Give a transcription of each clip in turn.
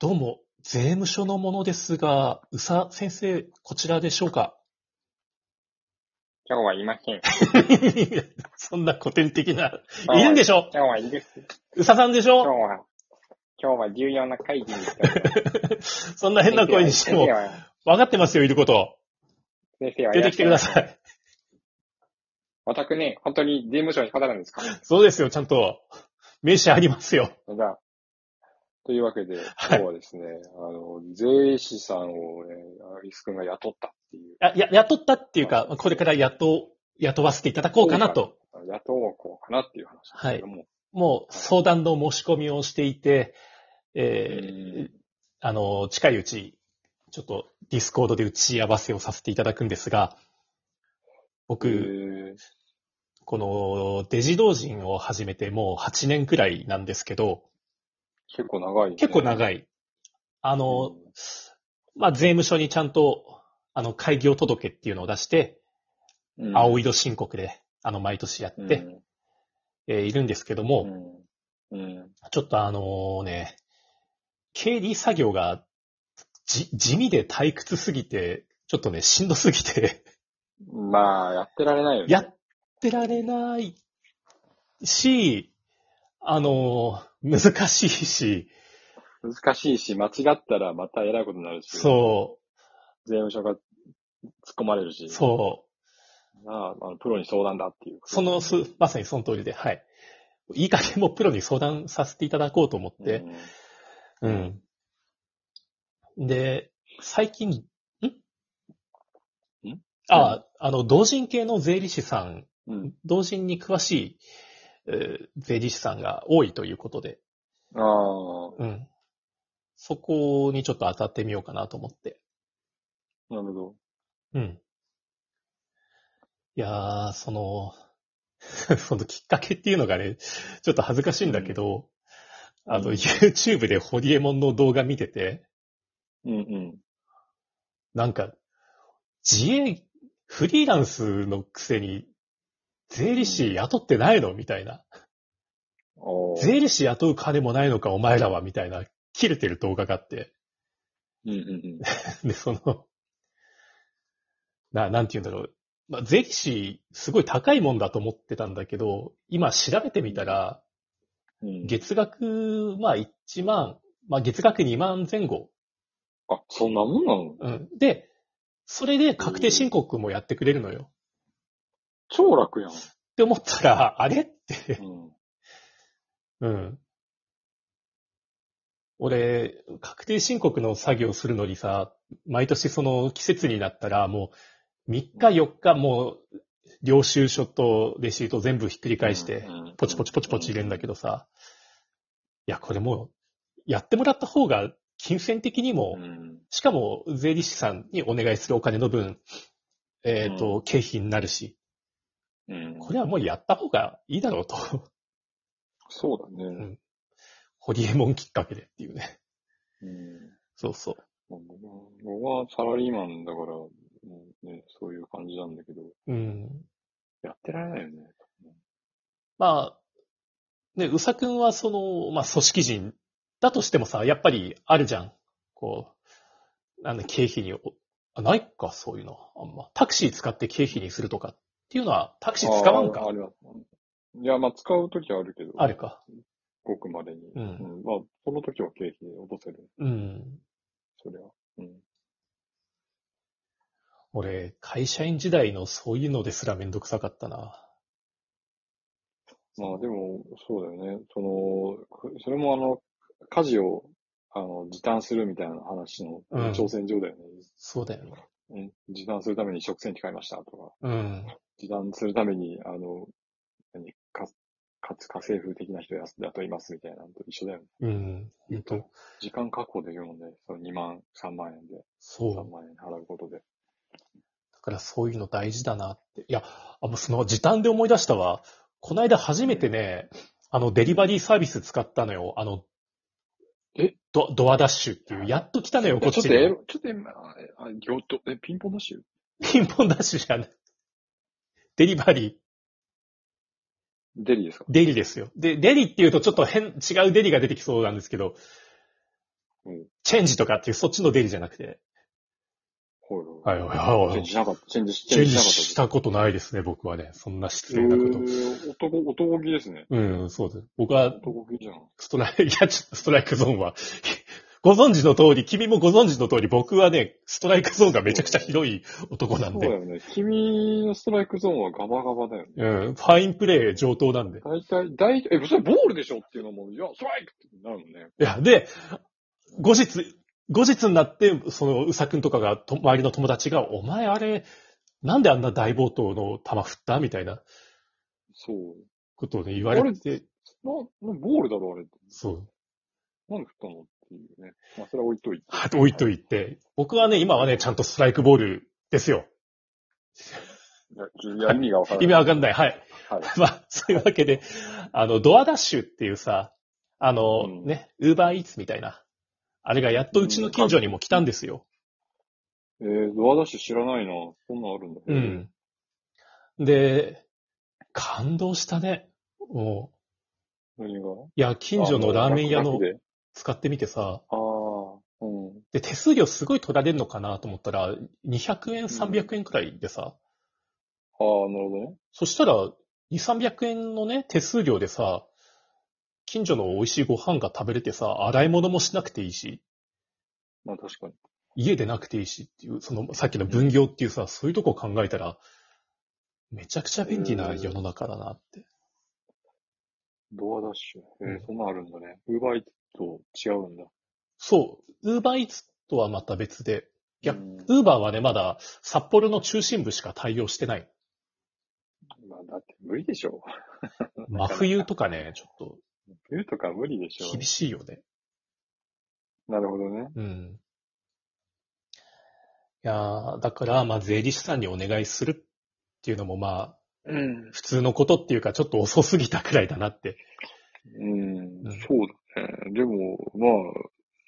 どうも、税務署の者ですが、宇佐先生、こちらでしょうか 今日はいません。そんな古典的な。 いるんでしょ今日はいるっす。宇佐さんでし今日ょは、今日は重要な会議にしておりますそん な変な声にしても先生、は、分かってますよ、いること。先生は出てきてくだい。さい。お宅ね、本当に税務署に方なんですかじそうですよ、ちゃんと。名刺ありますよ。ゃあ、というわけで、は今い日はですね、あの、税理士さんを、ね、アリス君が雇ったっていう。あや、雇ったっていうか、これから雇、雇わせていただこうかなと。雇おうこうかなっていう話なんですけども。もう相談の申し込みをしていて、えうーんあの、近いうち、ちょっとディスコードで打ち合わせをさせていただくんですが、え僕、ーこのデジ同人を始めてもう8年くらいなんですけど、結構長い、ね。結構い。長い。あの、まあ、税務署にちゃんと、あの、開業届っていうのを出して、うん、青色申告で、あの、毎年やって、うんえーいるんですけどうも、んうん。ちょっとあのね、経理作業が、じ、地味で退屈すぎて、ちょっとね、しんどすぎて、まあ、やってられ ないよね。やってられないし、あの、難しいし、難しいし、間違ったらまた偉いことになるし、そ税務署が突っ込まれるし、う、そう、なああのプロに相談だっていう。その、すまさにその通りで、はい。いい加減もうプロに相談させていただこうと思っうん、て、うん。で、最近、んんあ、あの、同人系の税理士さん、うん。同人に詳しい、えー税理士さんが多いということで、ああ、うん。そこにちょっと当たってみようかなと思って。なるほど。うん。いやー、その、 そのきっかけっていうのがね、ちょっと恥ずかしいんだけど、あうの、ん YouTube でホリエモンの動画見てて、うんうん。なんか、自営、フリーランスのくせに、税理士雇ってないのみたいな。おー税理士雇う金もないのか、お前らは、みたいな、切れてる動画があって。うんうんで、その、な、なんて言うんだろう。まあ、税理士、すごい高いもんだと思ってたんだけど、今調べてみたら、うんうん。月額、まあ1万、まあ月額2万前後。あ、そんなもんなのうん。で、それで確定申告もやってくれるのよ。っ超楽やん。て思ったら、あれって、うん。うん。俺、確定申告の作業するのにさ、毎年その季節になったら、もう3日4日もう、領収書とレシート全部ひっくり返してう、んうんポチポチポチポチ入れるんだけどさ、いや、これもう、やってもらった方が、金銭的にもう、ん。しかも税理士さんにお願いするお金の分、えっ、と、経費になるし、うん。これはもうやった方がいいだろうと、 そうだね。ホリエモンきっかけでっていうね。うん。そうそう。僕はサラリーマンだから、うんね、そういう感じなんだけど、うん。やってられないよね。まあ、ね、うさくんはその、まあ、組織人だとしてもさ、やっぱりあるじゃん。こう、なんだ、経費に、おあないか、そういうの。あんま。タクシー使って経費にするとかっていうのは、タクシー使わんかあー。あります。いや、まあ、使うときはあるけど。あるか。ごくまでに。うんんまあ、その時は経費で落とせる。うん。そりゃ。うん。俺、会社員時代のそういうのですらめんどくさかったな。まあ、でも、そうだよね。その、それもあの、家事を、あの、時短するみたいな話のうん挑戦状だよね。そうだよね。うん。時短するために食洗機買いましたとか、うん。時短するために、あの、何、か、かつ家政婦的な人や雇いますみたいなのと一緒だよね。うん。ほんと。時間確保できるもんね。その2万、3万円で、そう。 3万円払うことで。だからそういうの大事だなって。いや、あもうその時短で思い出したわ。この間初めてね、あのデリバリーサービス使ったのよ。あの、えドドアダッシュっていう。やっと来たのよ、こっちょっちとエに。ロ、ちょっと今、あ、あ行と、え、ピンポンダッシュピンポンダッシュじゃない。デリバリー。デリですかデリですよ。で、デリっていうとちょっと変、違うデリが出てきそうなんですけど、うん。チェンジとかっていうそっちの出入りじゃなくて。ほはいいはいチはェンいジ。しなかった。チェンジしチェンジししなかったことないですね、僕はね。そんな失たです。礼なこと。えー、男、男気ですね。うん、そうです。僕は男気じゃん。ストライク、い や、ちょっとストライクゾーンは、 ご存知の通り、君もご存知の通り、僕はね、ストライクゾーンがめちゃくちゃ広い男なんそうだで、よね。君のストライクゾーンはガバガバだよね。うん、ファインプレー上等なんで。大体、大体、え、それボールでしょっていうのも、いや、ストライクってなるもんね。いや、で、後日、後日になって、その、うさくんとかが、と周りの友達が、お前あれ、なんであんな大暴投の球振ったみたいなそう。ことをね、言われて、な、なボールだろ、あれって。そう。なんで振ったのっていうね。まあ、それは置いといて。あと置いといて、僕はね、今はね、ちゃんとストライクボールですよ。いや、いや意味がわからない。意味わかんない。はい。はい。 まあ、そういうわけで、あの、ドアダッシュっていうさ、あの、うんね、ウーバーイーツみたいな、あれがやっとうちの近所にも来たんですよ。えー、ドアダッシュ知らないな。そんなんあるんだ。う。ん。で、感動したね。も何がう、いや、近所のラーメン屋あの楽々で使ってみてさ、ああ、うん。で、手数料すごい取られるのかなと思ったら、200円、300円くらいでさ、ああ、なるほどね。そしたら、2、300円のね、手数料でさ、近所の美味しいご飯が食べれてさ、洗い物もしなくていいし、まあ確かに。家でなくていいしっていう、そのさっきの分業っていうさ、そういうとこを考えたら、めちゃくちゃ便利な世の中だなって。ドアダッシュ。えーうんそんなんあるんだね。ウーバーイーツと違うんだ。そう、ウーバーイーツとはまた別で、いやうんウーバーはね、まだ札幌の中心部しか対応してない。まあだって無理でしょ。真冬とかね、ちょっ冬とか無理でしとょ。厳しいよね。なるほどね。うん。いやーだから、まあ、税理士さんにお願いするっていうのも、まあ、うん。普通のことっていうか、ちょっと遅すぎたくらいだなって。うんうん、そうだね。でも、まあ、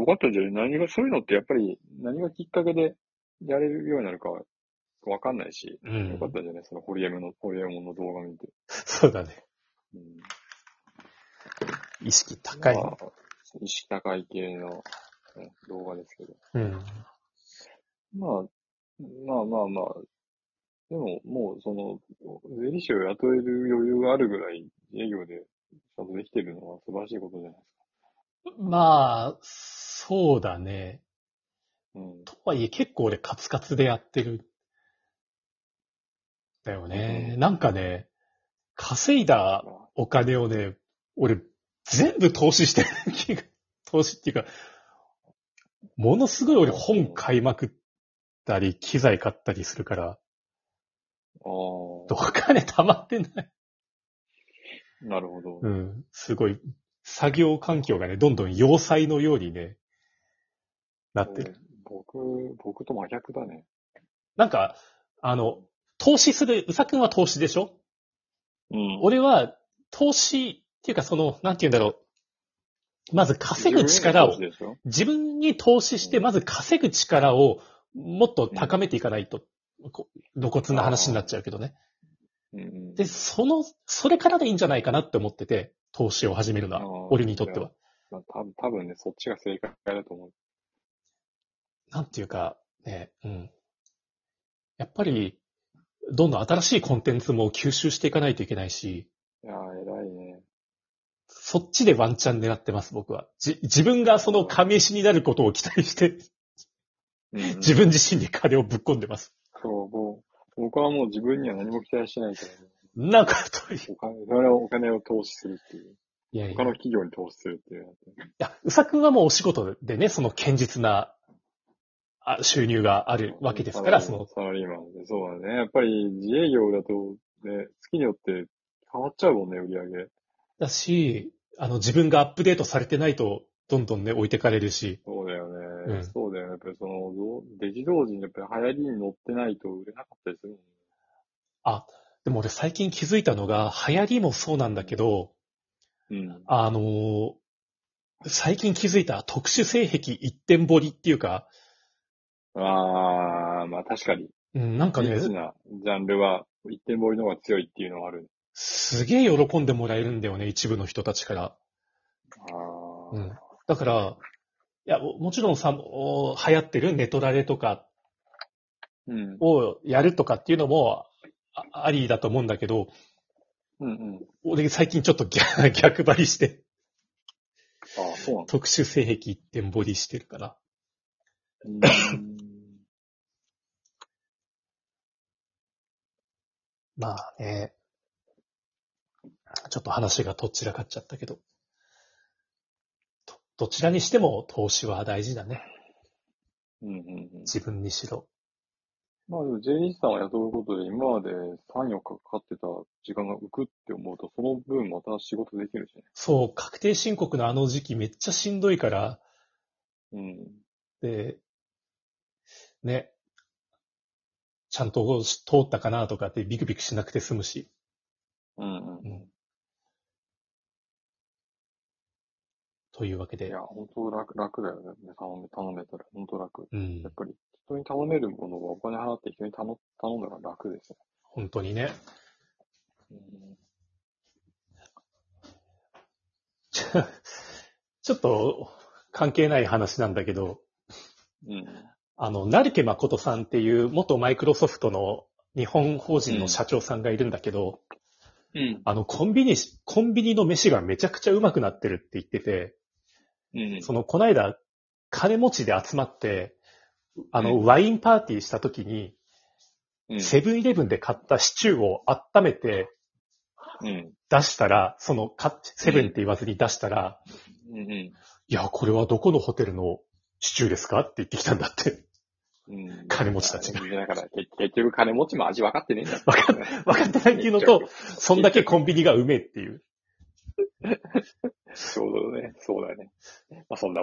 よかったんじゃない何が、そういうのってやっぱり何がきっかけでやれるようになるかわかんないし、うよんか。ったんじゃないそのホリエモンの、ホリエモンの動画見て。そうだね。うん意識高い。まあ、意識高い系のね動画ですけど。うん。まあ、まあまあまあ、でももうその、税理士を雇える余裕があるぐらい営業でちゃんとできてるのは素晴らしいことじゃないですまあ、そうだね。か。うん。とはいえ結構俺カツカツでやってる。だよね。うなんかね、稼いだまあお金をね、俺全部投資してる気が、 投資っていうか、ものすごい俺本買いまくったり、機材買ったりするから、あお金溜まってない。あ、なるほど。うん。すごい、作業環境がね、どんどん要塞のようにね、なってる。えー僕、僕と真逆だね。なんか、あの、投資する、うさくんは投資でしょうん俺は、投資っていうかその、なんて言うんだろう。まず稼ぐ力を自分、への投資でしょ自分に投資して、まず稼ぐ力をもっと高めていかないと、こ露骨な話になっちゃうけどね。うんうん。で、その、それからでいいんじゃないかなって思ってて、投資を始めるのあーは、俺にとっては。まあ多分、多分ね、そっちが正解だと思う。なんていうか、ね、うん。やっぱり、どんどん新しいコンテンツも吸収していかないといけないし、いやー、偉いね。そっちでワンチャン狙ってます、僕は。じ、自分がその亀石になることを期待して、 うんうん自分自身に金をぶっ込んでます。そう、もう、僕はもう自分には何も期待してないから、ね、なんかといお金、それをお金を投資するっていう。いやい他や、いの企業に投資するっていうのって。や、うさくんはもうお仕事でね、その堅実なあ収入があるわけですから、その、サラリーマンで、そうだね。やっぱり自営業だと、ね、月によって変わっちゃうもんね、売り上げ。だし、あの、自分がアップデートされてないと、どんどんね、置いてかれるし、そうだよね。うんそうだよね。やっぱりその、どうデジ同時にやっぱり流行りに乗ってないと売れなかったりするもんね。あ、でも俺最近気づいたのが、流行りもそうなんだけど、うん。あのー最近気づいた特殊性癖一点掘りっていうか、あー、まあ確かに。うん、なんかリねッ、チなジャンルは、一点盛りの方が強いっていうのはある。すげえ喜んでもらえるんだよね、一部の人たちから。あー。うんだから、や、ももちろんさ、お流行ってるネトラレとかうん。をやるとかっていうのもあありだと思うんだけど、うんうん。俺最近ちょっと 逆逆張りして、ああ、そうなんだ特殊性癖一点ボディしてるから。。うんまあね。ちょっと話がどちらかっちゃったけど。ど、どちらにしても投資は大事だね。うんうんうん。自分にしろ。まあでも J リーさんを雇うことで今まで3、4日かかってた時間が浮くって思うと、その分また仕事できるしね。そう、確定申告のあの時期めっちゃしんどいから、うん。で、ね。ちゃんと通ったかなとかってビクビクしなくて済むし。うんうんう。ん。というわけいでや、。本当楽、楽だよね。頼め、頼めたら、本当楽。うんやっ。ぱり、人に頼めるものはお金払って人に頼、頼んだら楽です本当にね。ね。ちょちょっと関係ない話なんだけど、うん。うん。あの、成毛誠さんっていう元マイクロソフトの日本法人の社長さんがいるんだけど、うん。あの、コンビニ、コンビニの飯がめちゃくちゃうまくなってるって言ってて、うんその、こないだ、金持ちで集まって、あうの、ワインパーティーした時に、うん。セブンイレブンで買ったシチューを温めてうん。出したら、その、かセブンって言わずに出したら、うん。いや、これはどこのホテルのシチューですかって言ってきたんだって。うん。金持ちたちがだから、結結局金持ちも味分かってねえんだよ。分か分かってないっていうの と、そんだけコンビニがうめえっていう。ちょうどね、そうだね。まあ、そんな